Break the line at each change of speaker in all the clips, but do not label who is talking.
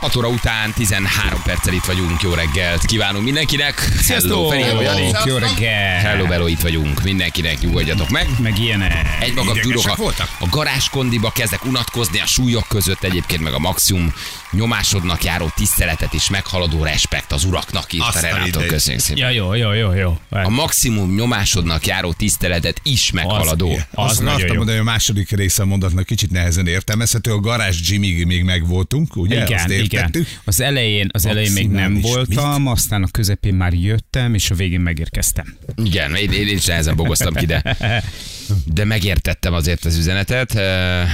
6 óra után 13 perccel itt vagyunk. Jó reggelt kívánunk mindenkinek. Hello,
Sziasztok!
Feri, hello, Jani.
Sziasztok! Jó reggel!
Hello, Bello, itt vagyunk. Mindenkinek nyugodjatok meg.
Meg ilyenek.
Egy maga
Idegesek
bűrok a,
voltak?
a garázskondiba kezdek unatkozni a súlyok között, egyébként meg a maximum nyomásodnak járó tiszteletet és meghaladó respekt az uraknak itt
Azt
a
a
Renától.
mindegy.
Köszönjük szépen.
Ja, jó, jó, jó, jó.
A maximum nyomásodnak járó tiszteletet is meghaladó.
Az
Azt
nagyon
akartam
jó.
mondani, hogy a második része a mondatnak kicsit nehezen értelmezhető. A garázs Jimmyig még megvoltunk, ugye? Azt
Igen, igen.
értettük.
Az elején, az elején még nem
Maximális
voltam, aztán a közepén már jöttem, és a végén megérkeztem.
Igen, én, én is nehezen bogoztam ki, de, de megértettem azért az üzenetet. Eh,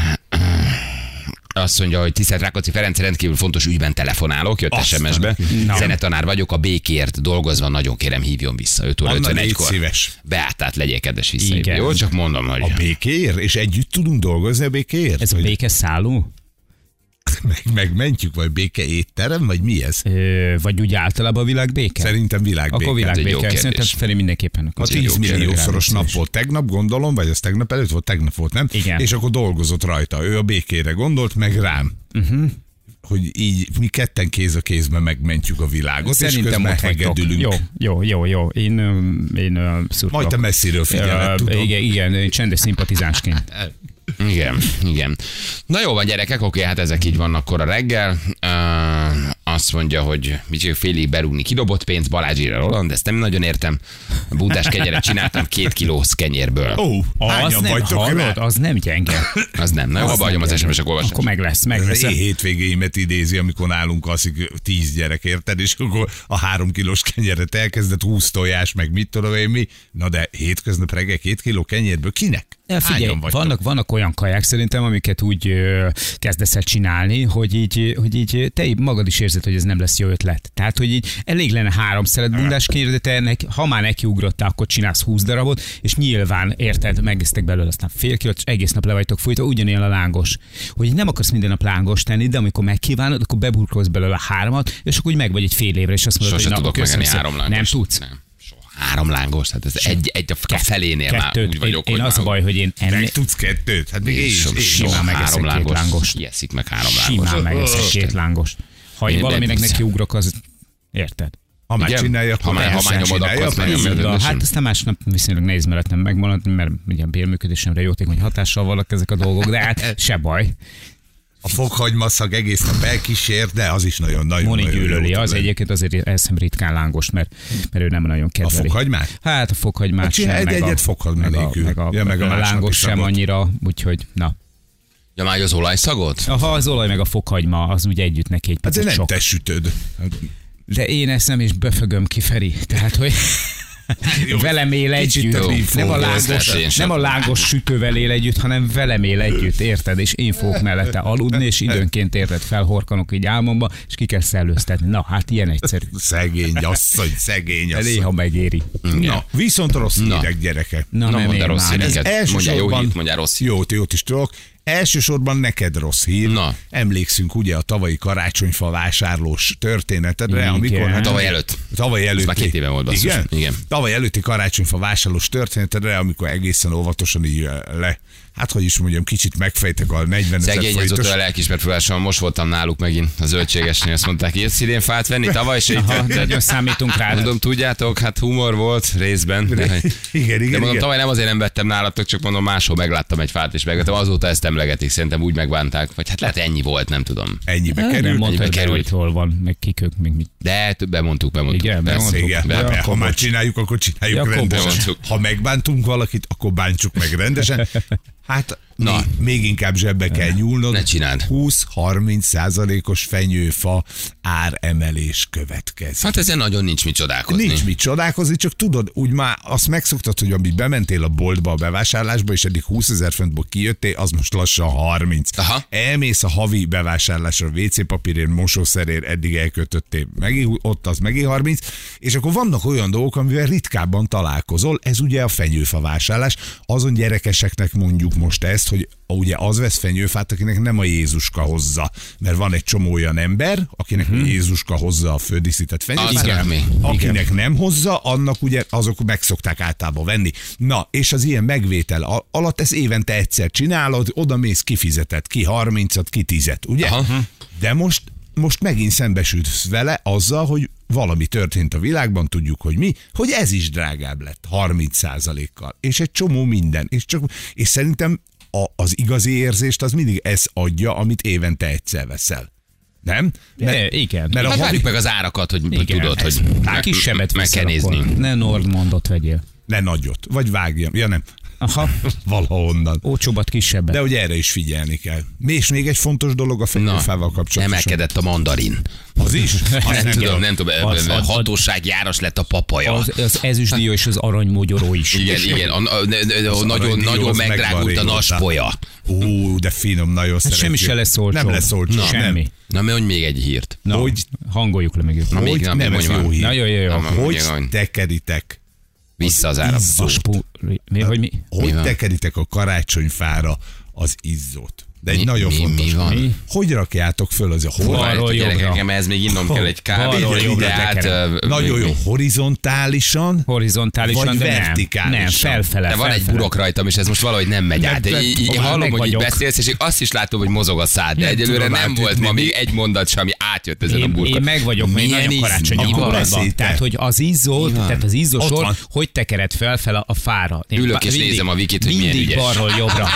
Azt mondja, hogy tisztelt Rákóczi Ferenc, rendkívül fontos ügyben telefonálok, jött
Azt
SMS-be.
Na.
Zenetanár vagyok, a békért dolgozva, nagyon kérem hívjon vissza. 5 óra
Anna, légy
51-kor.
szíves.
Beátát legyél kedves visszahívni.
Igen.
Jó, csak mondom, hogy...
A békéért? És együtt tudunk dolgozni a békéért?
Ez a
Vagy
béke szálló?
Meg, megmentjük, vagy béke étterem, vagy mi ez?
Ö, Vagy úgy általában a világ béke?
Szerintem világbéke.
Akkor
egy jó
világbéke.
kérdés.
Szerintem Feri mindenképpen.
Ma
akkor
10
jó
milliószoros
kérdés.
nap volt tegnap, gondolom, vagy az tegnap előtt volt, tegnap volt, nem?
Igen.
És akkor dolgozott rajta. Ő a békére gondolt, meg rám. Uh-huh.
Mhm.
Hogy így mi ketten kéz a kézben megmentjük a világot, és
Szerintem
közben
ott vagytok.
hegedülünk.
Jó, jó, jó, jó. Én, ö, én ö, szurkolok.
Majd te messziről figyeled,
Ö,
tudom.
Igen, igen, én csendes szimpatizánsként.
Igen, igen. Na jó van, gyerekek, oké, hát ezek így vannak kora reggel. Uh, azt mondja, hogy mit félig berúgni kidobott pénz Balázsira Roland, ezt nem nagyon értem. A Budás kenyeret csináltam két kiló kenyérből.
Ó,
Az
hányan
nem,
vagytok rá?
hallod, az nem gyenge.
Az nem. Na jó, abba hagyom az SMS-ek olvasni.
Akkor meg lesz, meg
Ez
lesz.
én hétvégéimet idézi, amikor nálunk alszik tíz gyerek, érted? És akkor a három kilós kenyeret elkezdett, húsz tojás, meg mit tudom én mi. Na de hétköznap reggel két kiló kenyérből kinek?
Ja, figyelj,
Hányan vagytok?
vannak, vannak olyan kaják szerintem, amiket úgy ö, kezdesz el csinálni, hogy így, hogy így te magad is érzed, hogy ez nem lesz jó ötlet. Tehát, hogy így elég lenne három szeret bundás kérni, de te ennek, ha már nekiugrottál, akkor csinálsz 20 darabot, és nyilván érted, megesztek belőle aztán fél kilót, és egész nap le vagytok fújtva, ugyanilyen a lángos. Hogy nem akarsz minden nap lángos tenni, de amikor megkívánod, akkor beburkolsz belőle háromat, és akkor úgy meg vagy egy fél évre, és azt mondod,
Sose
hogy na,
tudok
köszönöm
megenni
szépen.
három lángost.
Nem tudsz.
Nem. Soha. Három lángos, hát ez egy, egy a a felénél már
Kettőt.
úgy vagyok,
én, én
hogy
az a
már-
baj, hogy én ennél,
Meg tudsz kettőt? Hát még én,
Én
is.
sem-
én is.
soha
megeszek
három
két
lángost.
lángost.
Ki eszik meg három lángost?
Simán megeszek két
Isten.
lángost. Ha én
Én
valaminek
bebízom.
nekiugrok, az... Érted?
Ha már
Igen?
csinálja,
Ha már- ha
persze
már nyomod,
csinálja,
akkor azt
persze.
nagyon-
Így van.
rendesen.
Hát aztán másnap viszonylag nehéz mellett nem megmaradt, mert ugye a bérműködésemre jótékony hatással vannak ezek a dolgok, de hát se baj.
A fokhagymaszag egész nap elkísér, de az is nagyon nagyon
Moni
nagyon jó
gyűlöli,
tud
az
lenni.
egyébként azért eszem ritkán lángos, mert, mert ő nem nagyon
A
kedveli.
fokhagymát?
Hát a
Hát
fokhagymás
csinálj
sem,
egy-
meg
egyet
a,
fokhagyma
meg a,
nélkül.
meg a,
Ja, meg a
a
másnapi
lángos sem
szagot.
annyira, úgyhogy na.
Ja, már az olajszagot?
Ha az olaj meg a fokhagyma, az úgy együtt neki egy
Hát de
picit
nem
sok.
te sütöd. Hát,
De én eszem és böfögöm ki, Feri. Tehát, hogy
Jó.
velem él
Kicsit
együtt.
a bífó
Nem a,
volt,
lángos,
tehát én sem.
nem a lángos sütővel él együtt, hanem velem él együtt, érted? És én fogok mellette aludni, és időnként érted, felhorkanok így álmomba, és ki kell szellőztetni. Na, hát ilyen egyszerű.
Szegény asszony, szegény
De
asszony.
néha megéri.
Na, viszont rossz
Na.
hírek, gyerekek.
Na,
Na,
nem
mondd a
én
rossz
már.
híreket.
Ez
Mondja jó
elsősorban-
hírt, mondja rossz hírt.
Jót, jót is tudok. Elsősorban neked rossz hír.
Na.
Emlékszünk ugye a tavalyi karácsonyfa vásárlós történetedre,
Igen.
amikor...
Hát
Hát
Tavaly előtt.
Tavaly előtti.
már két éve volt, basszus.
Igen?
Igen.
Tavaly előtti karácsonyfa vásárlós történetedre, amikor egészen óvatosan így ö, le... Hát, hogy is mondjam, kicsit megfejtek a 40 ezer
Szegény az
forintos-
a lelkismert próbálásom, most voltam náluk megint a zöldségesnél, azt mondták, ilyet szirén fát venni, tavaly se itt
Aha,
volt, de
nagyon számítunk rá.
Mondom, tudjátok, hát humor volt részben. De,
igen,
de mondom,
igen.
tavaly nem azért nem vettem nálatok, csak mondom, máshol megláttam egy fát, és megvettem. Azóta ezt emlegetik, szerintem úgy megbánták. Vagy hát lehet ennyi volt, nem tudom.
Ennyibe
Nem
került.
mondta,
ennyibe
hogy
került.
került. hol van, meg kik ők, meg mit.
De több bemondtuk, bemondtuk.
Igen,
Persze.
bemondtuk.
Igen,
Be-
mert ha már csináljuk, akkor csináljuk
Jakobos.
rendesen.
Mondtuk.
Ha megbántunk valakit, akkor bántsuk meg rendesen. Hát
Na.
még, még inkább zsebbe kell nyúlnod.
Ne csináld.
20-30 százalékos fenyőfa áremelés következik.
Hát ezen nagyon nincs mit csodálkozni.
Nincs mit csodálkozni, csak tudod, úgy már azt megszoktad, hogy amíg bementél a boltba a bevásárlásba, és eddig 20 ezer föntból kijöttél, az most lassan 30.
Aha.
Elmész a havi bevásárlásra, WC papírért, mosószerért, eddig elkötöttél, megint ott az megint 30, és akkor vannak olyan dolgok, amivel ritkábban találkozol, ez ugye a fenyőfa vásárlás, azon gyerekeseknek mondjuk most ezt, hogy ugye az vesz fenyőfát, akinek nem a Jézuska hozza, mert van egy csomó olyan ember, akinek
Mhm.
hmm. Jézuska hozza a földíszített fenyőfát,
igen, mi?
akinek nem hozza, annak ugye azok meg szokták általában venni. Na, és az ilyen megvétel al- alatt ezt évente egyszer csinálod, oda mész, kifizetett, ki 30-at, ki 10-et, ugye?
Aha.
De most most megint szembesülsz vele azzal, hogy valami történt a világban, tudjuk, hogy mi, hogy ez is drágább lett 30%-kal, és egy csomó minden, és, csak, és szerintem a, az igazi érzést az mindig ez adja, amit évente egyszer veszel. Nem?
De, igen.
mert
Hát
a havi
várjuk meg az árakat, hogy
Igen,
tudod,
ez-
hogy
Hát kis sebet
meg kell
veszel
nézni.
akkor. Ne Nordmondot vegyél.
ne nagyot, vagy vágjam, ja nem,
Aha,
valahonnan.
ócsóbbat kisebbet.
De hogy erre is figyelni kell. Mi és még egy fontos dolog a fenyőfával kapcsolatosan.
emelkedett a mandarin.
Az is?
Azt nem tudom, nem tudom,
Az- az-
hatóság járos lett a papaja.
Az, az ezüstdió és az aranymogyoró is.
Igen, igen, a, a, a, a, nagyon,
aranydió,
nagyon
az megvan
megdrágult a
régóta.
naspolya.
Ú, de finom, nagyon hát
semmi se lesz olcsó.
Nem lesz olcsó.
Na. Semmi.
Na, mi mondj még egy hírt.
Na,
Hogy-
hangoljuk le még őt.
még
Hogy
nem,
nem, ez
mondj már.
jó hír.
Na, jó, jó, jó.
Na,
Hogy
mondja, hogy-
tekeritek?
Vissza az ára.
Izzót.
A spú... Mi, hogy mi?
Mi
Hogy
van?
tekeritek a karácsonyfára az izzót? De egy
Mi-
nagyon
mi-
fontos.
mi van?
dolog. Hogy rakjátok föl az a hol?
Balról
Szóval, hát, gyerekek,
jobbra.
nekem ez még innom kell egy
Balról
kávét,
jobbra
de hát...
tekerem.
ö,
Nagyon
mi-
jó, horizontálisan.
Horizontálisan,
Vagy
de nem.
vertikálisan.
Nem, felfele.
De van egy
Hát felfele.
burok rajtam, és ez most valahogy nem megy
Nem,
át. De
nem,
így, így
ha már
hallom,
meg
hogy így
vagyok.
beszélsz, és azt is látom, hogy mozog a szád. De egyelőre
tudom
nem
átütni,
volt ma
mi-
még egy mondat sem, ami átjött ezen a
Én,
burkon.
én meg vagyok, mert én
Milyen
nagyon
íz-
karácsonyi
mi van?
hangulatban.
Beszélj, te.
Tehát, hogy az izzó, tehát az izzó
Ott
sor,
van.
hogy tekered fel, fel a, a fára. Én
Ülök
bá-
és nézem a Vikit, hogy milyen
mindig
ügyes.
balról jobbra.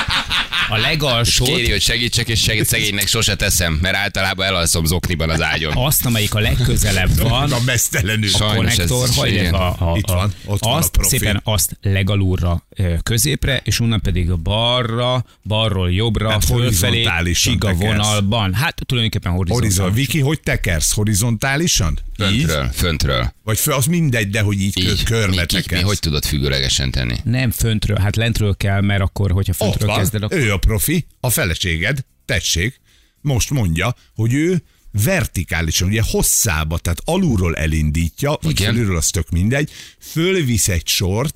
A legalsót,
Kéri, hogy segítsek, és segít szegénynek sose teszem, mert általában elalszom zokniban az ágyon.
azt, amelyik a legközelebb van,
A mesztelenül.
Sajnos.
konnektor,
ez-
vagy
igen.
a, a, a,
Itt van, ott van a
azt
profil.
szépen azt legalulra ö, középre, és onnan pedig a balra, balról jobbra,
Tehát
fölfelé,
Hát horizontálisan
siga
tekersz.
vonalban. Hát tulajdonképpen
Horizon.
horizontálisan.
Viki, hogy tekersz? Horizontálisan? Így?
Föntről, föntről.
Vagy föl, az mindegy, de hogy így, így.
Így. Mi,
körbe
ki, mi,
tekersz.
hogy tudod függőlegesen tenni?
Nem föntről, hát lentről kell, mert akkor, hogyha
Ott
föntről
van,
kezded,
kezdenek.
akkor...
ő a profi, a feleséged, tessék, most mondja, hogy ő vertikálisan, ugye hosszába, tehát alulról elindítja, vagy
Igen.
fölülről az tök mindegy, fölvisz egy sort,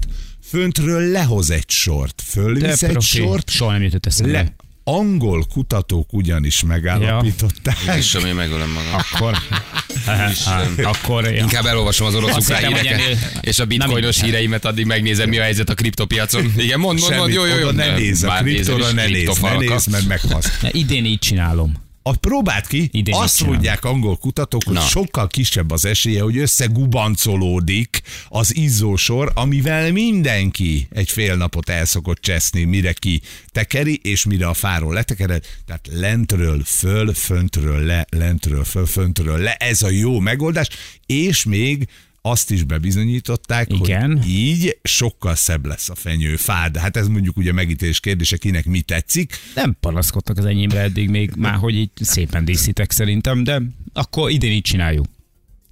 föntről lehoz egy sort, fölvisz
De
egy
profi,
sort,
soha nem jutott eszembe.
le. Angol kutatók ugyanis megállapították. Ja.
És én megölöm magam.
Akkor, akkor ja.
Inkább elolvasom az orosz
Azt
ukrán
hittem, hogy
híreket,
ennél-
és a bitcoinos
Na,
híreimet addig megnézem, mi a helyzet a kriptopiacon. Igen, mond, mond, mond,
Semmit,
jó, jó, jó.
oda ne nézz, a
Bár nézem
kriptóra
is,
ne nézz, ne
kriptofalka.
nézz, mert meghalsz.
Na, idén így csinálom.
A próbált ki,
Idén
Idén
mit
azt
csinálnak?
mondják angol kutatók, hogy
Na.
Na. sokkal kisebb az esélye, hogy összegubancolódik az izzósor, amivel mindenki egy fél napot el szokott cseszni, mire ki tekeri, és mire a fáról letekered. Tehát lentről föl, föntről le, lentről föl, föntről le. Ez a jó megoldás, és még azt is bebizonyították,
Igen.
hogy így sokkal szebb lesz a fenyőfád. Hát ez mondjuk ugye megítélés kérdése, kinek mi tetszik,
Nem panaszkodtak az enyémre eddig még, már hogy így szépen díszítek szerintem, de akkor idén így csináljuk.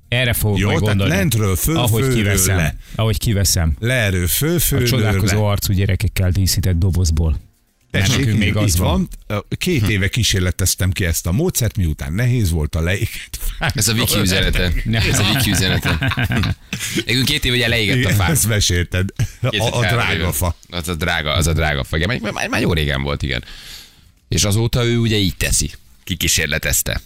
Erre fogok
Jó,
meg
tehát
gondolni.
lentről föl,
ahogy
fölről
kiveszem.
le.
Ahogy kiveszem.
leerő föl,
A
föl,
csodálkozó arcú gyerekekkel díszített dobozból. Nem, nekünk még az van. Hm.
Két éve kísérleteztem ki ezt a módszert, miután nehéz volt a leéget.
Ez a wiki üzenete. Ez a wiki üzenete. Nekünk két év ugye leégett a fát.
Ezt mesélted. A, a
2003
drága
éve.
fa.
Az a drága, az a drága fa. Igen, már, már, már jó régen volt, igen. És azóta ő ugye így teszi. Kikísérletezte.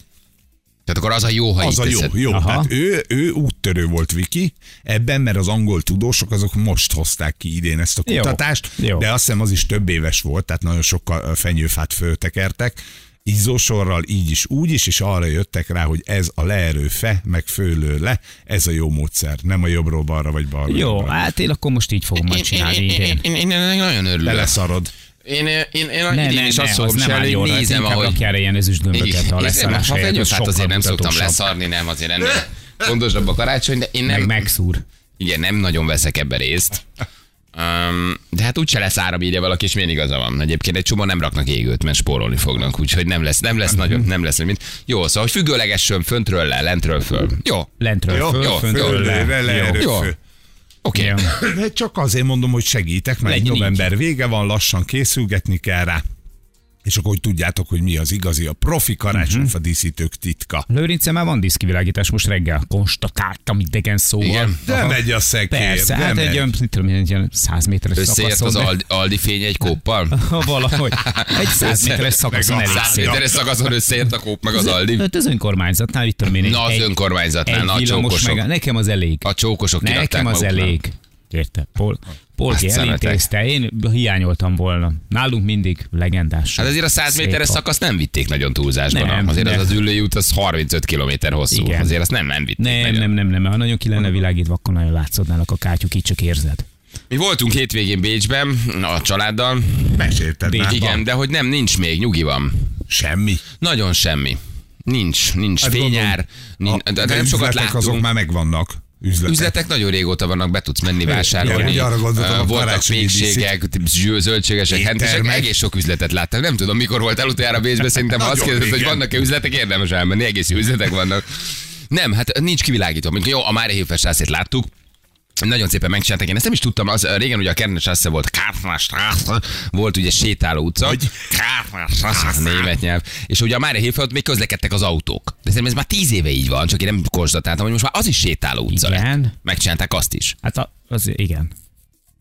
Tehát akkor az a jó, ha
Az
így
a jó,
teszed.
jó.
Aha.
Tehát ő, ő úttörő volt, Viki, ebben, mert az angol tudósok azok most hozták ki idén ezt a
Jó,
kutatást,
jó.
de azt hiszem az is több éves volt, tehát nagyon sokkal ö, fenyőfát föltekertek, izzósorral így is, úgy is, és arra jöttek rá, hogy ez a leerő fe, meg fölő le, ez a jó módszer, nem a jobbról balra vagy balra.
Jó, hát én akkor most így fogom majd csinálni idén.
én, én, én nagyon
Le
örülök.
leszarod.
Én, én, én, én
Ne,
idén
ne,
is
ne,
azt
az
fogom
nem áll
csinálni,
jól, hát
nézem,
inkább
ahogy... hát
rakjál ilyen ezüst gömböket a leszarás
ha
helyett, az
fenyőfát azért nem
sokkal
szoktam
mutatósabb.
leszarni, nem, azért ennél fontosabb a karácsony, de én nem,
Meg megszúr.
igen, nem nagyon veszek ebbe részt. Um, de hát úgyse lesz árabírja valaki, és milyen igaza van. Egyébként egy csomó nem raknak égőt, mert spórolni fognak, úgyhogy nem lesz, nem lesz nagyobb, nem lesz mint. Jó, szóval, hogy függőlegesen föntről le, lentről föl. Jó.
Lentről
Jó,
föl,
jó,
föntről
föl,
le.
le, le,
Jó.
erő,
Jó.
fő.
Oké. Okay.
De csak azért mondom, hogy segítek, mert
Legyen
Legyen november így. vége van, lassan készülgetni kell rá. És akkor hogy tudjátok, hogy mi az igazi, a profi karácsonyfa díszítők titka.
Lőrince már van diszkivilágítás, most reggel konstatáltam idegen szóval.
Igen.
De Aha. megy a szekér,
Persze,
de
hát
megy.
egy olyan, mit tudom, én, egy olyan 100 méteres
Összeért
szakaszon.
az
de-
Aldi, Aldi fény egy kóppal?
Valahogy. Egy 100 méteres szakaszon
Meg a
elég.
100 méteres szakaszon összeért a kóp meg az Aldi?
Hát az önkormányzatnál, itt tudom én,
Na az
egy-
önkormányzatnál,
egy
na a
villamos
csókosok.
meg, nekem az elég.
A csókosok kirakták
Nekem az
maguknak.
elég. Érted? Pol, Polgi
Azt szeretek.
elintézte, én hiányoltam volna. Nálunk mindig legendás.
Hát azért a 100
Szép
méteres
a-
szakaszt nem vitték nagyon túlzásban.
Nem,
azért
nem.
az az ülőjút az 35 km hosszú.
Igen.
Azért azt nem, nem vitték
Nem,
nagyon.
nem, nem, nem. Ha nagyon ki lenne világítva, akkor nagyon látszódnának a kátyuk, így csak érzed.
Mi voltunk hétvégén Bécsben a családdal.
Mesélted már?
Igen, de hogy nem, nincs még, nyugi van.
Semmi.
Nagyon semmi. Nincs, nincs
Hát
fényár,
A-
nincs, de, de nem sokat
üzletek
láttunk.
azok már megvannak. Üzletek.
Üzletek nagyon régóta vannak, be tudsz menni vásárolni.
Ja, ugye arra gondoltam,
Ö,
a
voltak
karácsonyi
pékségek, zső- zöldségesek,
Éttermek.
hentesek, egész sok üzletet láttam. Nem tudom, mikor volt elutoljára Bécsbe, szerintem ha azt
Nagyon
kérdezett, hogy
régen.
vannak-e üzletek, érdemes elmenni, egész jó üzletek vannak. Nem, hát nincs kivilágítva. Mondjuk jó, a Mária Hilfestrászét láttuk, nagyon szépen megcsinálták, én ezt nem is tudtam, az ö, régen ugye a Kernes Strasse volt, Kárfástrasse, volt ugye sétáló utca, Kárfástrasse, német nyelv, és ugye a Mária Hilfe ott még közlekedtek az autók. De szerintem ez már tíz éve így van, csak én nem konstatáltam, hogy most már az is sétáló utca
Igen.
lett. Megcsinálták azt is.
Hát a, az igen.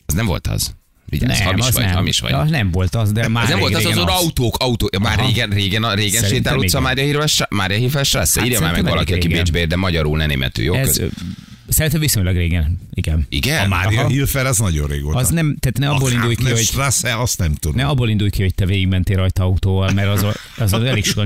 Az nem volt az. Vigyázz,
nem,
hamis
az
vagy,
nem.
hamis vagy.
Ja, nem volt az, de már
Ez nem
rég-
volt az, az,
régen
az autók, autó, már
Aha.
régen, régen, a- régen
Szerintem
sétáló utca,
igen.
Mária Hilfe- Mária Hilfe Strasse.
Hát
Írja már meg
szerintem
valaki,
elég
aki
régen.
Bécsbe ér, de magyarul, ne németül, jó?
Ez,
Kösz-
ö, szerintem viszonylag régen, igen.
Igen?
A Mária
Aha.
Hát Hilfer az nagyon régóta. Hát
Az nem, tehát ne abból
a
indulj ki, hogy
Strasse, azt nem tudom.
ne abból indulj ki, hogy te végigmentél rajta autóval, mert az, az, az elég sokan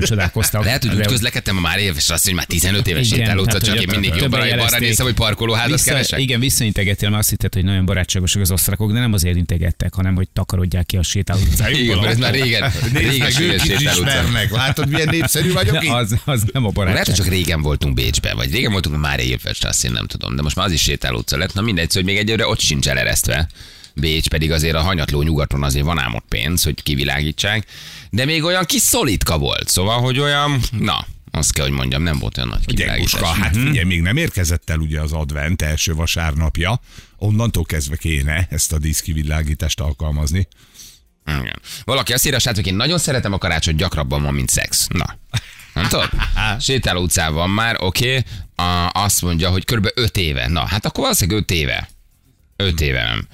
csodálkoztak.
Lehet, hogy
De-
úgy közlekedtem a már éves, azt, hogy már 15 éves
Igen,
sétáló utca,
tehát,
csak
hogy
én
ott
mindig
többen
jobbra balra
jelezték.
nézem, hogy parkolóházat keresek.
igen, visszaintegettél, mert azt hitted, hogy nagyon barátságosak az osztrakok, de nem azért integettek, hanem hogy takarodják ki a sétáló utcájukból.
Hát Igen, mert ez már régen,
Nézd
régen
meg,
sülyes
ők is
sétáló utca.
ismernek. Látod, milyen népszerű vagyok
De
itt?
az, az nem a barátság.
Lehet, hogy csak régen voltunk Bécsben, vagy régen voltunk már Hilfest, azt én nem tudom, de most már az is sétáló utca lett. Na mindegy, szóval, hogy még egyőre ott sincs eleresztve. Bécs pedig azért a hanyatló nyugaton azért van ám ott pénz, hogy kivilágítsák, de még olyan kis szolidka volt, szóval, hogy olyan, na, azt kell, hogy mondjam, nem volt olyan nagy kivilágítás.
Gyenguska, hát figyelj, még nem érkezett el ugye az advent első vasárnapja, onnantól kezdve kéne ezt a díszkivilágítást alkalmazni.
Igen. Valaki azt írja, srácok, én nagyon szeretem a karácsonyt, gyakrabban van, mint szex. Na. Nem tudod? Sétáló utcán van már, oké. Okay. Azt mondja, hogy kb. 5 éve. Na, hát akkor valószínűleg 5 éve. 5 éve nem.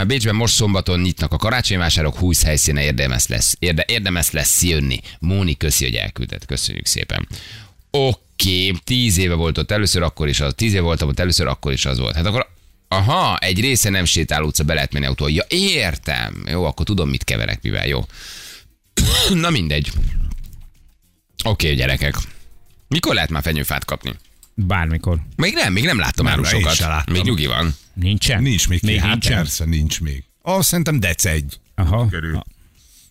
Á, Bécsben most szombaton nyitnak a karácsonyvásárok, 20 helyszíne érdemes lesz, érde, érdemes lesz jönni. Móni, köszi, hogy elküldött. Köszönjük szépen. Oké, 10 éve volt ott először, akkor is az. 10 éve voltam ott először, akkor is az volt. Hát akkor Aha, egy része nem sétál utca, be lehet menni autóval. Ja, értem. Jó, akkor tudom, mit keverek, mivel jó. Na mindegy. Oké, gyerekek. Mikor lehet már fenyőfát kapni?
Bármikor.
Még nem, még nem láttam
Nem, én
árusokat.
se láttam.
Még nyugi van.
Nincsen?
Nincs még,
még
ki, hát
nincsen.
persze, nincs még. Ah, szerintem dec egy.
Aha.
Körül.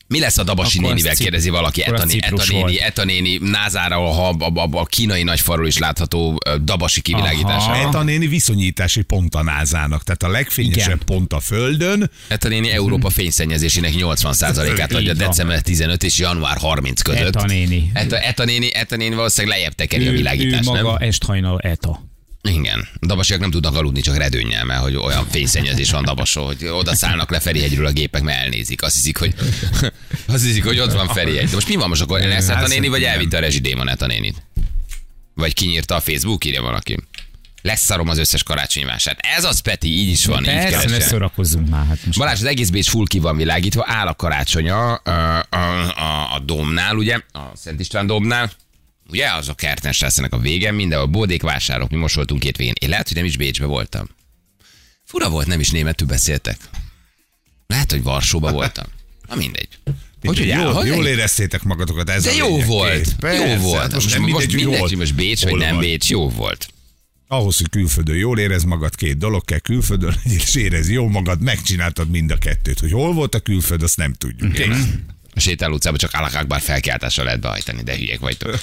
Mi lesz a Dabasi
Akkor az
nénivel,
cip-
kérdezi valaki.
akkor az
Etani,
citrus
etanéni,
volt.
etanéni, názára, ha a, a, a, kínai nagyfalról is látható ö, Dabasi
Aha.
kivilágítása.
Eta néni viszonyítási pont a názának, tehát a legfényesebb
Igen.
pont a Földön.
Etanéni Európa fényszennyezésének 80%-át adja
Így van.
december 15 és január 30 között.
Eta néni.
Eta, Eta néni, Eta néni valószínűleg lejjebb tekeri
Ő,
a
ő
világítást, nem?
maga esthajnal eta.
Igen. A dabasiak nem tudnak aludni, csak redőnnyel, mert hogy olyan fényszennyezés van dabasó, hogy oda szállnak le Ferihegyről a gépek, mert elnézik. Azt hiszik, hogy, azt hiszik, hogy ott van Ferihegy. De most mi van most akkor? Lesz a néni, vagy elvitte a rezsidémon a nénit? Vagy kinyírta a Facebook, írja valaki. Leszarom az összes karácsonyvásárt. Ez az, Peti, így is van, így
Persze, ne
keresel.
szórakozzunk már. Hát most.
Balázs, az egész Bécs full ki van világítva, áll a karácsonya ö, a, a, a domnál, ugye, a Szent István domnál, ugye, az a kertnes lesznek a vége, mindenhol bódékvásárok, mi most voltunk két végén. Én lehet, hogy nem is Bécsbe voltam. Fura volt, nem is németül beszéltek. Lehet, hogy Varsóba voltam. Na mindegy. Hogy, hogy
Mindegy,
áll,
jól,
hogy
jól éreztétek magatokat. Ez
de
a
jó
lényeg.
volt,
Kész.
jó
Persze,
volt.
hát
Most, most,
nem
mindegy,
mindegy,
mindegy,
hol-
hogy most Bécs vagy
hol
nem
vagy.
Bécs, jó volt.
Ahhoz, hogy külföldön jól érez magad, két dolog kell külföldön, legyél, és érez jó magad, megcsináltad mind a kettőt. Hogy hol volt a külföld, azt nem tudjuk. Kész.
A sétáló utcába csak alakakbar felkiáltással lehet behajtani, de hülyek vagytok.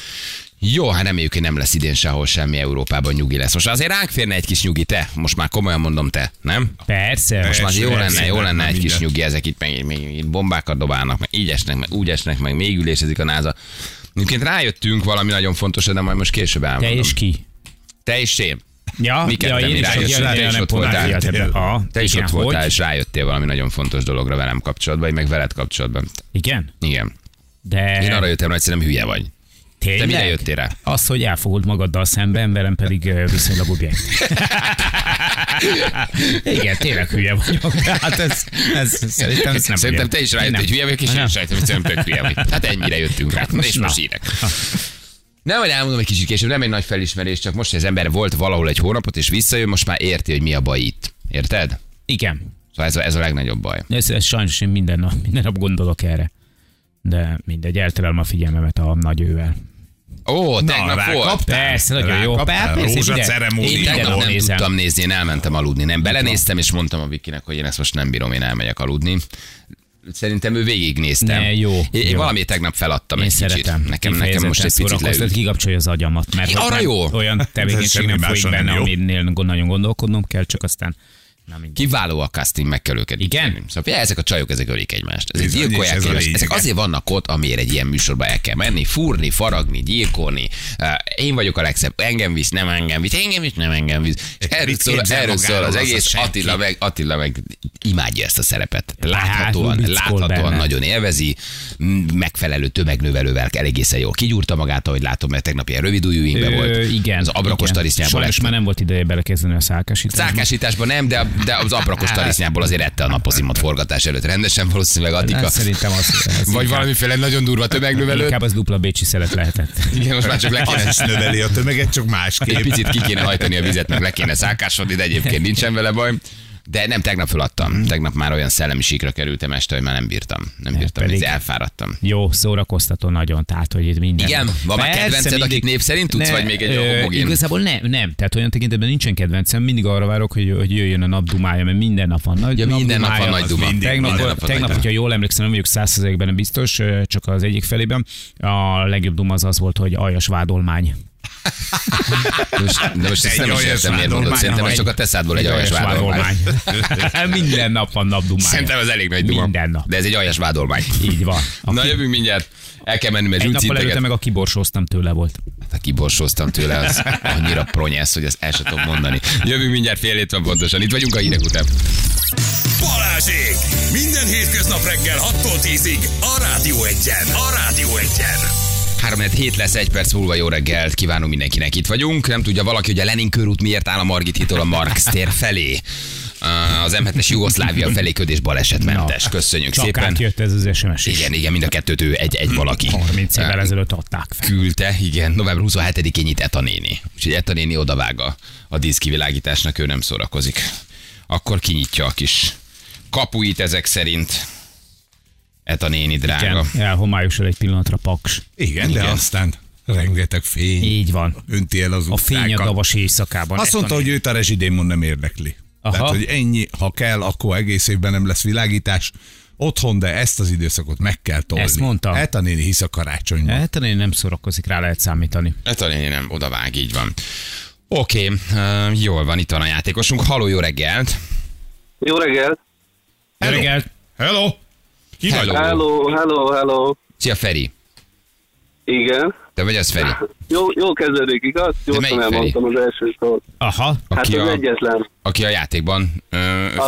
Jó, hát reméljük, hogy nem lesz idén sehol semmi Európában nyugi lesz. Most azért ránk férne egy kis nyugi, te. Most már komolyan mondom, te. Nem?
Persze.
Most már
Persze,
jó
persze,
lenne, jó
nem,
lenne
nem
egy kis
mindent.
nyugi, ezek itt meg, meg itt bombákat dobálnak, meg így esnek, meg úgy esnek, meg még ülésezik a náza. Egyébként rájöttünk valami nagyon fontos, de majd most később
Te
elmondom.
és ki?
Te és én.
Ja,
Mi
ja
ketten
én
mi
is
rájöttünk,
egy
te
ilyen
is
nem
ott voltál.
pont Ah,
Te is
igen,
ott voltál,
hogy?
és rájöttél valami nagyon fontos dologra velem kapcsolatban, vagy meg veled kapcsolatban.
Igen,
Igen.
de
Én arra jöttem, rá, hogy szerintem hülye vagy.
tényleg?
Te mire jöttél rá?
Az, hogy elfogult magaddal szemben, velem pedig ö, viszonylag objekt. Igen, tényleg hülye vagyok. De Hát ez, ez szerintem ez nem
Szerintem te
hülye.
is rájöttél,
Nem.
hogy hülye vagyok, és én
Nem.
is rájöttem, hogy szerintem tök hülye vagy. Hát ennyire jöttünk rá, és
na.
most írek. Nem, hogy elmondom egy kicsit később, nem egy nagy felismerés, csak most, hogy az ember volt valahol egy hónapot, és visszajön, most már érti, hogy mi a baj itt. Érted?
Igen.
Szóval ez a, ez a legnagyobb baj.
Ez, ez sajnos én minden nap, minden nap gondolok erre. De mindegy, elterelem a figyelmemet a nagy ővel.
Ó, tegnap
rá
volt.
kaptál?
Persze, nagyon jó.
Rákaptál?
Persze, minden-
Én
Én
tegnap
mindenhol
nem
Rózsaceremóniából.
nézem.
tudtam nézni, én elmentem aludni. Nem, belenéztem, és mondtam a Vikinek, hogy én ezt most nem bírom, én elmegyek aludni. Szerintem ő végignézte.
Ne, jó,
Én, én
jó.
valamit tegnap feladtam
Én
egy
szeretem.
kicsit. Nekem, nekem most egy picit leült.
Tehát kikapcsolja az agyamat, mert
Én
ott
arra
nem-
jó.
olyan tevékenység
semmi
nem
máson
folyik
nem
benne,
jó.
aminél gond- nagyon gondolkodnom kell, csak aztán na mindegy.
Kiváló a casting, meg kell őket.
Igen?
dicsérni. Szóval ja, ezek a csajok, ezek ölik egymást. Ezek
Bizony,
gyilkolják
és ez a
egymást.
lényeg.
Ezek azért vannak ott, amiért egy ilyen műsorba el kell menni, fúrni, faragni, gyilkolni. Eh, Én vagyok a legszebb, engem visz, nem engem visz, engem visz, nem engem visz. És Erről
Mit
szól,
képzel
erről
magáról
szól az
az a
egész.
senki?
Attila meg, Attila meg imádja ezt a szerepet. Láthatóan,
Hát, bickol
láthatóan
benne.
nagyon élvezi, m- megfelelő tömegnövelővel kell egészen jól kigyúrta magát, ahogy látom, mert tegnap ilyen rövid ujjúinkbe
Ö,
volt.
Igen.
Az abrakos
igen.
tarisznyából
Sajnos
lett.
már nem volt ideje belekezdeni a szálkásításba.
Cákásításban nem, de, de az aprakos tarisznyából azért ette a napozimot forgatás előtt rendesen, valószínűleg
Hát
Attika.
Szerintem az, az
Vagy valamiféle nagyon durva tömegnövelő.
Inkább az dupla bécsi szelet lehetett.
Igen, most már csak le
Az
kéne,
is növeli a tömeget, csak
egy
másképp.
picit ki kéne hajtani a vizet, meg le kéne szákásodni, de egyébként nincsen vele baj. De nem, tegnap föladtam. Tegnap már olyan szellemi síkra kerültem este, hogy már nem bírtam. Nem bírtam,
Hát pedig-
ez elfáradtam.
Jó, szórakoztató nagyon, tehát hogy itt minden.
Igen? Van már kedvenced, akit név szerint tudsz, vagy még egy olyan homogén?
Igazából nem, nem, tehát olyan tekintetben nincsen kedvencem, mindig arra várok, hogy, hogy jöjjön a nap dumája, mert minden nap van nagy
Ja,
nap
minden nap
dumája.
van nagy
Az
duma.
mindig-
Minden
Tegnap,
nap
volt-
van nagy
tegnap
duma.
hogyha jól emlékszem, nem vagyok százszerzékben biztos, ö, csak az egyik felében, a legjobb duma az az volt, hogy aljas vádolmány.
Most, de most ezt nem is
olyas
értem, miért mondod.
vádolmány,
Szerintem ez
egy-
csak a teszádból egy aljas vádolmány.
vádolmány. minden nap van nap dumája.
Szerintem ez elég nagy duma.
Minden nap.
De ez egy aljas vádolmány.
Így van. A
Na jövünk mindjárt. El kell menni, mert
Egy nappal
zsúcinteket
előtte meg a kiborsóztam tőle volt.
Hát kiborsóztam tőle, az annyira pronyesz, hogy ezt el sem tudom mondani. Jövünk mindjárt fél hét van pontosan. Itt vagyunk a hírek után.
Balázsék! Minden hétköznap reggel 6-tól 10-ig a Rádió Egyen. A Rádió Egyen.
3 hét lesz, egy perc múlva jó reggelt kívánunk mindenkinek. Itt vagyunk. Nem tudja valaki, hogy a Lenin körút miért áll a Margit hídtól a Marx tér felé. Uh, Az M7-es Jugoszlávia felé ködés balesetmentes. Köszönjük
Csak
szépen.
átjött ez az SMS is.
Igen, igen, mind a kettőt ő egy, egy valaki.
30 évvel
Uh,
ezelőtt adták fel.
küldte, igen, november 27-én nyit Eta néni. Úgyhogy Eta néni odavág a, a díszkivilágításnak, ő nem szórakozik. Akkor kinyitja a kis kapuit ezek szerint. Eta néni drága.
Igen, elhomályosod egy pillanatra paks.
Igen, de
Igen.
aztán rengeteg fény
Így van.
önti el az
A fény a
utcákat.
gavas éjszakában.
Azt mondta, hogy őt a rezsidémon nem érdekli.
Aha.
Tehát, hogy ennyi, ha kell, akkor egész évben nem lesz világítás. Otthon, de ezt az időszakot meg kell tolni.
Ezt mondta?
Hát a néni hisz a karácsonyban.
Hát én nem szórakozik, rá lehet számítani.
Eta néni nem odavág, így van. Oké, okay, jól van, itt van a játékosunk. Haló, jó reggelt!
Jó reggelt!
Jó reggelt!
Hello!
Ki hello.
Hello, hello, hello!
Szia, Feri!
Igen.
Te vagy az Feri?
Jó, jó kezdődik, igaz?
melyik
Gyorsan
Feri?
elmondtam az első szót.
Aha,
Hát
Aki
az
a-
egyetlen.
Aki a játékban ö,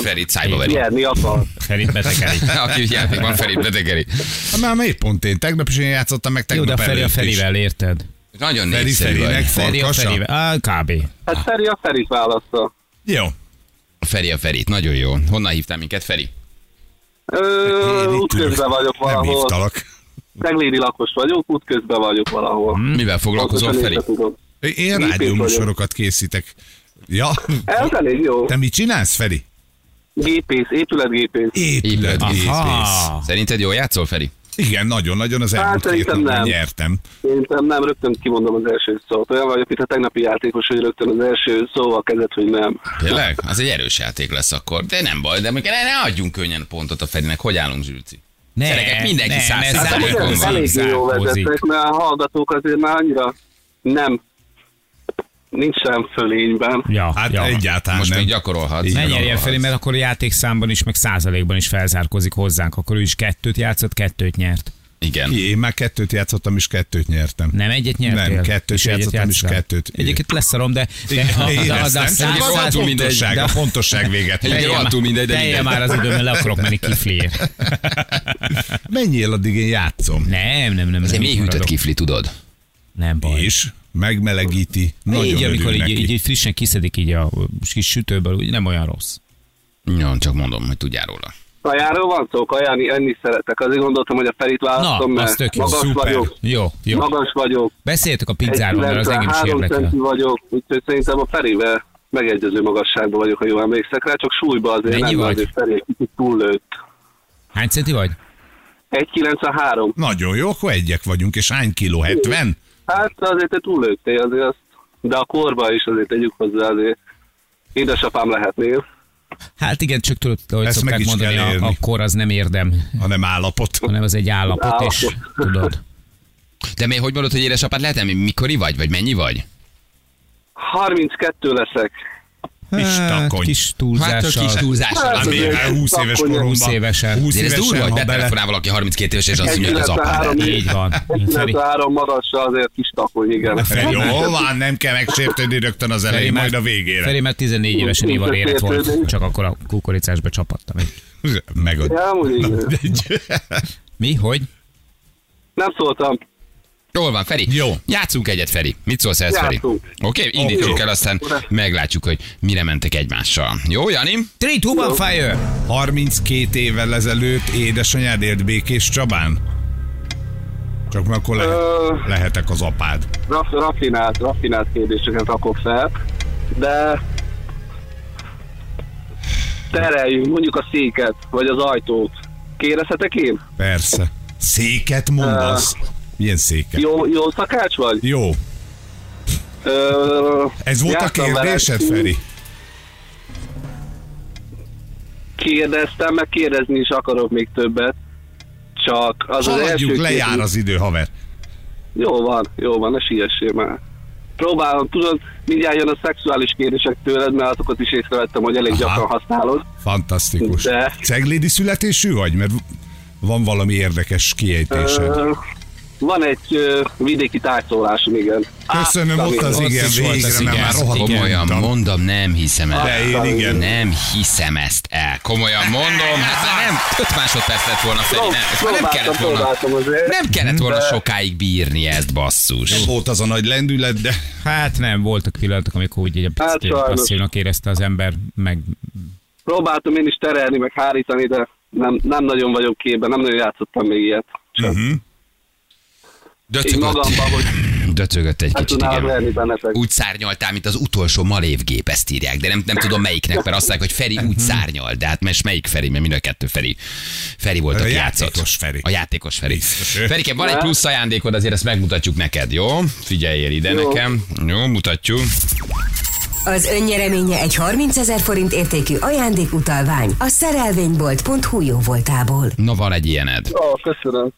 Ferit szájba veri.
Nyerni akar.
Ferit betegelik.
Aki a játékban Ferit betegeri.
Hát már miért pont én? Tegnap is én játszottam, meg
Jó,
tegnap
de a Feri a
előtt
Ferivel, érted?
Nagyon
Feri
népszerű vagy.
Ferinek
Feri a
Farkasa?
Ferivel. Á, kb.
Hát Feri a Ferit választa.
Is. Jó.
Feri a Ferit, nagyon jó. Honnan hívtál minket, Feri?
Ö,
Én itt
útközben
ülök.
vagyok
Nem
valahol.
hívtalak.
Meglédi lakos vagyok, útközben vagyok valahol.
Hmm?
Mivel foglalkozol, Hmm,
Pontosan
Feri?
én se tudom.
Én
vagyok.
rádióműsorokat készítek. Ja,
Ez elég jó.
te mit csinálsz, Feri?
Gépész, épületgépész.
Épületgépész.
Aha.
Szerinted jól játszol, Feri?
Igen, nagyon-nagyon az
Hát,
elmúlt két
szerintem
napban
nem.
nyertem.
Szerintem nem, rögtön kimondom az első szót. Olyan vagyok, mint a tegnapi játékos, hogy rögtön az első szóval kezdett, hogy nem.
Tényleg? Az egy erős játék lesz akkor. De nem baj, de még ne, ne adjunk könnyen pontot a Ferinek. Hogy állunk, Zsülci?
Ne,
Gyerekek, mindenki
ne,
száz
ne,
százalékon
százalékon
van.
Elég,
van.
Hát elég jól
Zárkózik.
vezetnek, mert a hallgatók azért már annyira nem nincs sem fölényben.
Ja,
Hát
ja.
egyáltalán
Most
nem.
még gyakorolhatsz.
Így van.
Menjen ilyen
gyakorolhatsz.
felé, mert akkor játékszámban is, meg százalékban is felzárkozik hozzánk. Akkor ő is kettőt játszott, kettőt nyert.
Igen.
Ki, én már kettőt játszottam, és kettőt nyertem.
Nem egyet nyertél?
Nem, kettőt
És egyet
játszottam, és
játsztál?
kettőt.
Egyébként leszarom, de... de, ha- de, de,
Éreztem, csak
száz-
az a
száz-
pontosság,
de
a
a
pontosság véget.
Egy-
ért.
Teljen
rohadtul
már-
mindegy, de
teljen
mindegy.
már az időben le akarok menni kifliért.
Menjél addig, én játszom.
Nem, nem, nem.
Ez egy
nem,
mély
itt
hűtött
maradok.
kifli, tudod?
Nem baj.
És megmelegíti. Nagyon
így, amikor így,
neki.
így, így, frissen kiszedik így a kis sütőből, úgy nem olyan rossz.
Jó, csak mondom, hogy tudjál róla.
Kajáról van szó, kajálni enni szeretek. Azért gondoltam, hogy a Ferit választom,
Na, az
mert
tök jó,
magas
szuper.
vagyok.
Jó, jó.
Magas vagyok.
Beszéltek a pizzáról, mert az engem is
93
érdekel.
centi vagyok, úgyhogy szerintem a Ferivel megegyező magasságban vagyok, ha jól emlékszek rá, csak súlyba azért
Mennyi
nem,
vagy?
mert azért Feri egy kicsit túllőtt.
Hány centi vagy?
1,93.
Nagyon jó, akkor egyek vagyunk, és hány kiló? 70?
Hát azért te túllőttél azért azt, de a korba is azért tegyük hozzá azért. Édesapám lehetnél.
Hát igen, csak tudod, ahogy
Ezt meg
szokták
is
mondani,
kell
a,
érni.
a kor az nem érdem,
hanem állapot.
hanem az egy állapot,
Állapot.
és tudod.
De még hogy mondod, hogy édesapád lehetem, mikori vagy, vagy mennyi vagy?
32 leszek.
Kis takony.
hát, kis túlzással.
kis túlzással.
Hát,
azért.
azért.
Mivel 20 éves
20
koromban.
évesen.
20
Azért ez durva,
évesen,
hogy
ha bele...
betelefonál valaki 32 éves, és azt mondja, hogy az apád.
93
Így van. Feri,
93 magasra azért kis takony, igen.
Feri, Jó, van, nem kell megsértődni rögtön az elején,
már-
majd a végére.
Feri már 14 évesen
Úgy
ivar érett volt,
értődni.
csak akkor a kukoricásba csapattam.
Megad.
Ja, amúgy igen.
Mi? Hogy?
Nem szóltam.
Jól van, Feri.
Jó.
Játszunk egyet, Feri. Mit szólsz ehhez, Feri? Oké,
Játszunk.
okay, indítsuk
Oké.
el, aztán meglátjuk, hogy mire mentek egymással. Jó, Jani?
3, 2, 1, fire!
32 évvel ezelőtt édesanyád élt Békés Csabán? Csak mert akkor
Ö,
lehet, lehetek az apád.
Raf, raffinált, raffinált kérdéseket rakok fel, de tereljünk mondjuk a széket, vagy az ajtót. Kérezhetek én?
Persze. Széket mondasz? Milyen széket? Jó.
Jó, jó szakács vagy?
Jó.
Ö,
Ez volt a
jártam veled.
kérdésed, Feri?
Kérdeztem, meg kérdezni is akarok még többet. Csak az az első
Haladjuk, lejár
kérdés-
az idő, haver.
Jó van, jó van, ne siessél már. Próbálom, tudod, mindjárt jön a szexuális kérdések tőled, mert azokat is észrevettem, hogy elég
Aha.
gyakran használod.
Fantasztikus.
De.
Ceglédi születésű vagy? Mert van valami érdekes kiejtésed.
Ö, Van egy ö, vidéki tájszólásom, igen.
Köszönöm, ott az
igen.
igen,
is volt
végre,
az
mert
igen.
már rohadtul
Komolyan
mondtam.
mondom, nem hiszem el.
De én igen.
Nem hiszem ezt el. Komolyan mondom, hát már nem 5 másodperc lett volna, Feri. Nem, ezt már nem kellett volna.
Próbáltam azért.
Nem kellett volna sokáig bírni ezt, basszus.
Nem volt az a nagy lendület, de
Hát nem, voltak pillanatok, amikor úgy egy
Hát
picit
sajnos.
passzívnak érezte az ember, meg
Próbáltam én is terelni, meg hárítani, de nem, nem nagyon vagyok képben, nem nagyon játszottam még ilyet. Csak
Mhm.
így
Döcögött.
magamban, hogy
Döcögött egy
el
kicsit,
tudnám
igen.
verni bennetek.
Úgy szárnyaltál, mint az utolsó malévgép, ezt írják, de nem, nem tudom melyiknek, mert azt mondják, hogy Feri úgy
Mhm.
szárnyal, de hát most melyik Feri, mert mind a kettő Feri. Feri volt,
A
aki
játékos
játszott.
Feri.
A játékos Feri.
Biztos ő.
Ferike, van egy plusz ajándékod, azért ezt megmutatjuk neked, jó? Figyeljél ide
Jó.
nekem. Jó, mutatjuk.
Az önnyereménye egy 30 ezer forint értékű ajándékutalvány a szerelvénybolt.hu jó voltából.
Na, van egy ilyened.
Ó, köszönöm.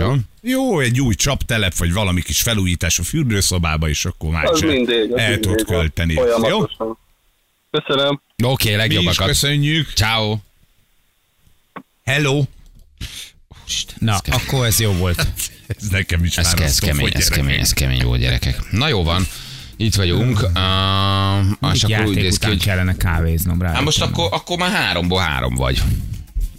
Jó?
jó, egy új csaptelep, vagy valami kis felújítás a fürdőszobába, és akkor már
Az
se
mindig. Az
el
mindig
tudod
van.
költeni. Jó?
Folyamatosan. Köszönöm.
Oké, okay,
Mi is
legjobbakat.
köszönjük.
Ciao.
Hello.
na, akkor ez jó volt.
Ez nekem is
Ez,
már
ke- ez
rosszul
kemény,
fogy,
ez
gyerekek.
kemény, ez kemény volt, gyerekek. Na jó van, itt vagyunk. Uh, és
Csak
akkor úgy
játék
néz ki,
után
hogy...
kellene kávéznom rá.
Hát most akkor, akkor már háromból három vagy.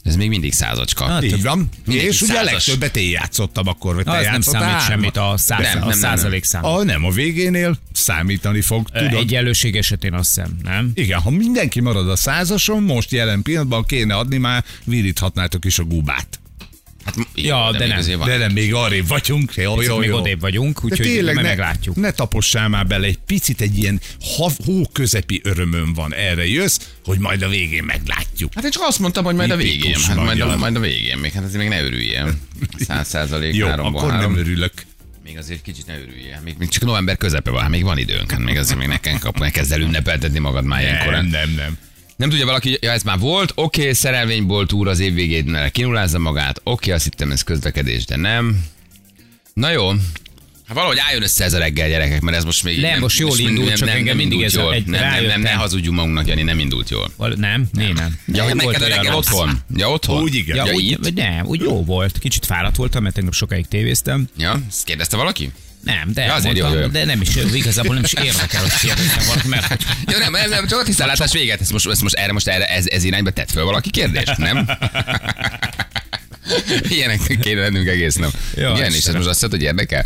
Ez még mindig százacska.
Hát,
Így van.
Mindenki
és ugye a
százas.
legtöbbet én játszottam akkor, vagy te
Na, ez nem
játszottál
számít
hármat?
semmit a, száz,
Nem, nem,
a
nem, Ah,
százalék szám.
A, nem, a végénél számítani fog, tudod.
Egyenlőség esetén azt hiszem, nem?
Igen, ha mindenki marad a százason, most jelen pillanatban kéne adni már, viríthatnátok is a gubát.
Hát,
Ja, de
még
nem.
azért van.
De nem, még arrébb vagyunk. Jó,
Jó,
jó,
még
jó.
odébb vagyunk,
De
úgyhogy
tényleg
meg
ne,
meglátjuk.
ne tapossál már bele, egy picit egy ilyen hav, hó közepi örömöm van. Erre jössz, hogy majd a végén meglátjuk.
Hát én csak azt mondtam, hogy majd a végén.
Tipikus
Hát majd, a,
magyar.
majd a végén. Még hát azért még ne örüljél. Száz százalék,
Jó,
háromból
akkor nem
három.
örülök.
Még azért kicsit ne örüljél. Még, még csak november közepe van, hát még van időnk. Hát még azért még nekem kap, ne kezd el ünnepeltetni magad már ilyenkor.
Nem, nem, nem.
Nem tudja valaki, ja, ez már volt, oké, okay, szerelvénybolt úr az év végén kinulázza magát, oké, okay, azt hittem ez közlekedés, de nem. Na jó, Hát valahogy álljon össze ez a reggel, gyerekek, mert ez most még
Le,
nem,
most jól indult,
nem,
csak
nem,
engem
nem
mindig
indult
ez a-
jól.
egy-
nem, nem, nem, ne
rájöttem.
hazudjunk magunknak, Jani, nem indult jól.
Val- Nem? Nem. nem.
Ja, hogy
Nem
neked a
volt olyan
reggel
rossz.
otthon? Ja, otthon?
Úgy igen.
Ja,
Ja,
úgy,
itt?
vagy nem, úgy jó volt. Kicsit fáradt voltam, mert tegnap sokáig tévéztem.
Ja, ezt kérdezte valaki?
Nem, de,
Ja, azért
elmondtam,
jó, jó, jó.
de nem is, igazából nem is érdekel, hogy kérdeztem valaki, mert hogy
Jó, nem, nem, nem, csak a tisztánlátás véget. Ezt most, ezt most erre, most erre, ez, ez irányba tett föl valaki kérdést, nem? Ilyeneknek kéne lennünk egész nap.
Jó,
Igen, és ez
Istenem.
most azt mondod, hogy érdekel?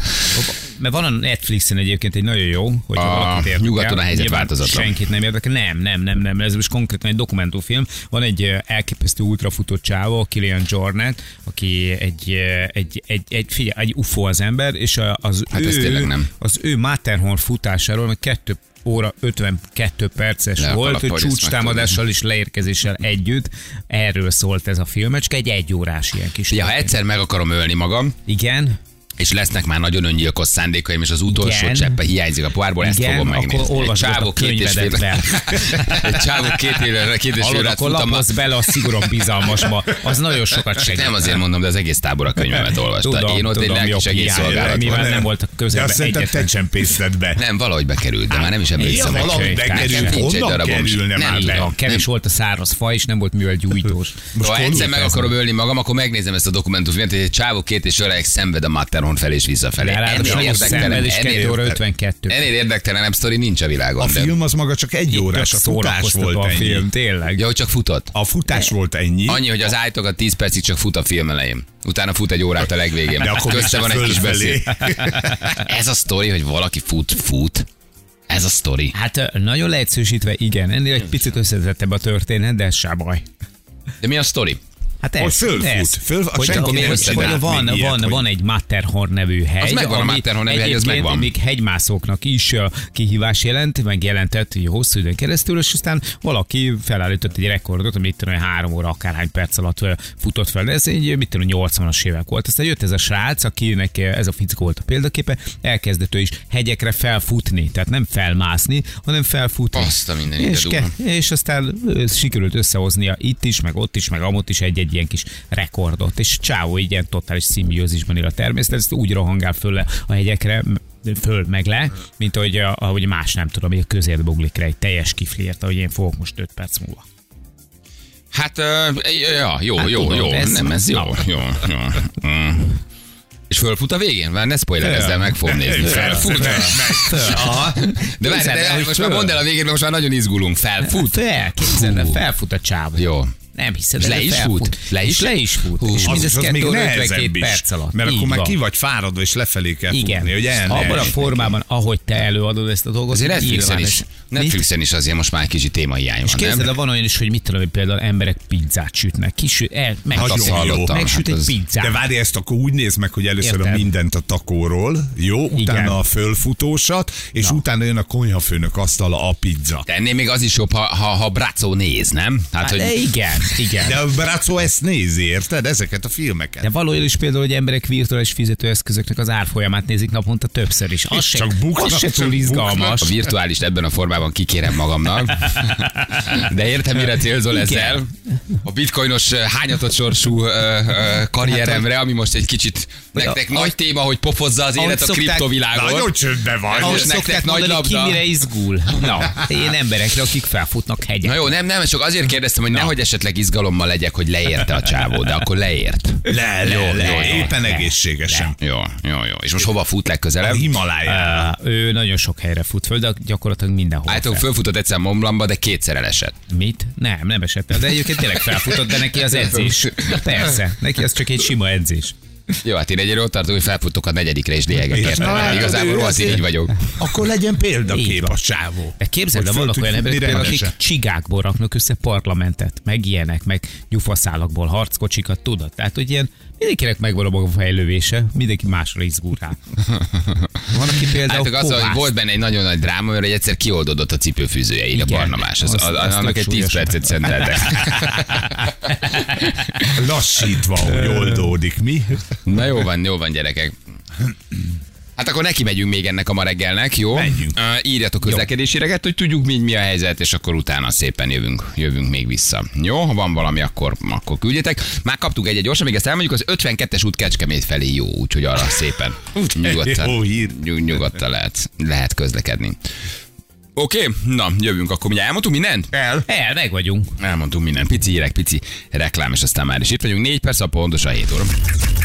Mert van a Netflixen egyébként egy nagyon jó, hogy
A
valakit érdekel.
nyugaton a helyzet
Nyilván
változatlan.
Senkit nem érdekel. Nem, nem, nem, nem. Ez most konkrétan egy dokumentumfilm. Van egy ö, elképesztő ultrafutó csávó, Kilian Jornet, aki egy, ö, egy, egy, egy, figyelj, egy UFO az ember, és a- az
Hát
ő,
ez tényleg nem.
az ő Matterhorn futásáról, meg kettő óra 52 perces
Le a
volt,
kalappal,
ő
hogy ezt
csúcstámadással és leérkezéssel együtt. Erről szólt ez a filmecske, egy egyórás ilyen kis.
Ugye, ha e- egyszer meg akarom ölni magam,
Igen,
és lesznek már nagyon öngyilkos szándékaim, és az utolsó
Igen.
cseppe hiányzik a pohárból, ezt
Igen,
fogom
akkor
megnézni.
olvasod a könyvedet
egy csávó két évre, két és fél
Hallod,
órát
akkor
futam,
lapozz bele a szigorúan bizalmasba. Az nagyon sokat segít.
nem azért mondom, de az egész tábor a könyvemet olvasta. Én ott egy lelki segélyszolgálat
Mivel
voltam.
nem voltak
De azt
közelben
szerintem te
egyetlen.
csempészted be.
Nem, valahogy bekerült, de már nem is emlékszem.
Hát, Ja,
hogy-
valahogy
Nekem
bekerült.
nincs egy
Honnan
darabom sem.
kerülne
Nem
már
tudom.
be?
A kevés volt a száraz fa, és nem volt művel gyújtós.
Most ha
hol
egyszer meg
léteznek?
akarom ölni magam, akkor megnézem ezt a dokumentumfilmet, hogy egy csávó két és öreg szenved a Matterhorn fel és visszafelé.
De ráadásul
Ennél
most szenved, és 2 óra
ennél,
52.
ennél érdektelenebb sztori nincs a világon.
A
de-
film az maga csak egy órás, a futás
Szórakoztató
volt
a
ennyi.
film, tényleg.
Ja, hogy csak futott.
A futás volt ennyi.
Annyi, hogy az állítókat 10 percig csak fut a film elején. Utána fut egy órát a legvégén.
hát
De akkor
Közte van egy kis
fölfelé.
beszéd. Ez a sztori, hogy valaki fut, fut. Ez a sztori.
Hát ö, nagyon leegyszerűsítve, igen. Ennél egy picit összetettebb a történet, de ez se baj.
De mi a sztori?
Hát
Hogy
ez,
fölfut,
ez.
föl- a
hogy,
senki
hogy,
nem
hogy,
csinált
hogy van,
még ilyet,
van,
hogy-
van egy Matterhorn nevű hely.
megvan, a Matterhorn nevű hegy, az
egyébként
megvan.
Még hegymászóknak is ö, kihívás jelent, meg jelentett így hosszú időn keresztül, és aztán valaki felállított egy rekordot, amit tudom, én, három óra akárhány perc alatt ö, futott fel. Ez egy, mit tudom, 80-as évek volt. Aztán jött ez a srác, akinek ö, ez a fickó volt a példaképe, elkezdett ő is hegyekre felfutni, tehát nem felmászni, hanem felfutni.
Azt a mindenit,
és,
de
ke-
durva.
és aztán ö, sikerült összehoznia itt is, meg ott is, meg amott is egy-egy ilyen kis rekordot. És Csáó így ilyen totális szimbiózisban él a természet, ezt úgy rohangál föl le a hegyekre, m- föl meg le, mint ahogy, a, ahogy más nem tudom, hogy a közért buglik rá egy teljes kiflért, ahogy én fogok most 5 perc múlva.
Hát, ö, ja, jó,
Hát
jó,
tudom,
jó.
ez-
nem, ez jó, jó, jó. Mm. És fölfut a végén? Már ne spoilerezz, de meg fogom nézni. Felfut. Aha. De várj,
Képzeld el,
de
hogy
most már
föl.
mondd el a végén, mert most már nagyon izgulunk. Felfut.
Fel, képzeld el,
Fú.
felfut a Csáó.
Jó.
Nem hiszed,
És
de
le is
felfut.
fut? Le is?
És le is fut.
Hú,
és
az-
mindez
az, az
2
még
óra
nehezebb
52
is,
perc alatt.
mert akkor
Így
már
van.
ki vagy fáradva, és lefelé kell
igen.
futni, E hogy el ne
Abban a
esj.
formában, ahogy te előadod ezt a dolgot,
Azért Netflixen
nyilván
is,
ez- Mit?
Netflixen is azért most már egy kicsit témahiány
És
van,
képzeld,
nem?
el, van olyan is, hogy mit tudom, hogy például emberek pizzát sütnek. Kis, el, meg,
Nagyon
Azt
jó.
hallottam.
megsüt
Hát
egy
az-
pizzát.
De várj, ezt akkor úgy néz meg, hogy először Értem.
Értem.
a mindent a takóról, jó, utána
Igen.
a fölfutósat, és Na. utána jön a konyhafőnök asztala a pizza.
De ennél még az is jobb, ha, ha, ha Bracó néz, nem? Hát,
De
hogy
igen, igen.
De
De
a Bracó ezt nézi, érted? Ezeket a filmeket.
de valójában is például, hogy emberek virtuális fizetőeszközöknek az árfolyamát nézik naponta többször is. Az
És
se,
csak buknak,
az se
csak
túl
a
izgalmas.
virtuális ebben a formában kikérem magamnak. De értem, mire célzol
Igen.
ezzel. A bitcoinos eh, hányatott sorsú eh, eh,
Hát
karrieremre, ami most egy kicsit nektek nagy téma, hogy popozza az
ahogy
élet a
szokták-
kriptovilágot.
Nagyon csöndbe vagy.
Ahogy
Ahogy
és nektek
szokták
nagy
mondani, ki
labda.
mire izgul. Na, én emberekre, akik felfutnak hegyek.
Na jó, nem, nem, csak azért kérdeztem, hogy nehogy esetleg izgalommal legyek, hogy leérte a csávó, de akkor leért.
Le, le,
Jó,
jó, le,
jó, jó.
éppen egészségesen.
Jó, jó, jó. És most hova fut legközelebb?
A Himalája.
Uh, ő nagyon sok helyre fut föl, de gyakorlatilag mindenhol.
Állítólag
fel.
Hát, fölfutott egyszer Momblamba, de kétszer elesett.
Mit? Nem, nem esett el, de egyébként tényleg felfutott, de neki az edzés. Persze, neki az csak egy sima edzés.
Jó, hát én egyre ott tartok, hogy felfutok a negyedikre és lélegek
És
értem.
na,
Hát
hát
Igazából
ő
rohadt
azért-
így vagyok.
Akkor legyen
Így
példakép
van.
a csávó.
De képzeld el,
Hogy föl
vannak
tudjuk
olyan emberek,
futni
például, akik
rendesen.
csigákból raknak össze parlamentet, meg ilyenek, meg gyufaszálakból harckocsikat, tudod? Tehát, hogy ilyen mindenkinek megvan a maga fejlővése, mindenki másra izgul rá. Van, aki például
Hát az, hogy
kovász.
volt benne egy nagyon nagy dráma, mert egy egyszer kioldódott a cipőfűzőjein a
Igen,
barnamás. Az,
azt-
az, az,
azt
annak
tök
egy 10
súlyos.
percet szenteltek.
Lassítva, hogy oldódik, mi?
Na jó van, jó van, gyerekek. Hát akkor neki megyünk még ennek a ma reggelnek, jó?
Menjünk.
Uh, írjatok közlekedési reggelt, hogy tudjuk mi, mi a helyzet, és akkor utána szépen jövünk, jövünk még vissza. Jó, ha van valami, akkor, akkor küldjetek. Már kaptuk egy-egy gyorsan, még ezt elmondjuk, az 52-es út Kecskemét felé jó, úgyhogy arra szépen nyugodtan,
jó hír.
nyug- nyugodtan lehet, lehet közlekedni. Oké, okay, na, jövünk akkor. Mindjárt elmondtunk mindent?
El.
El, meg vagyunk.
Elmondtunk mindent. Pici hírek, pici reklám, és aztán már is itt vagyunk. Négy perc, a pontosan 7 óra.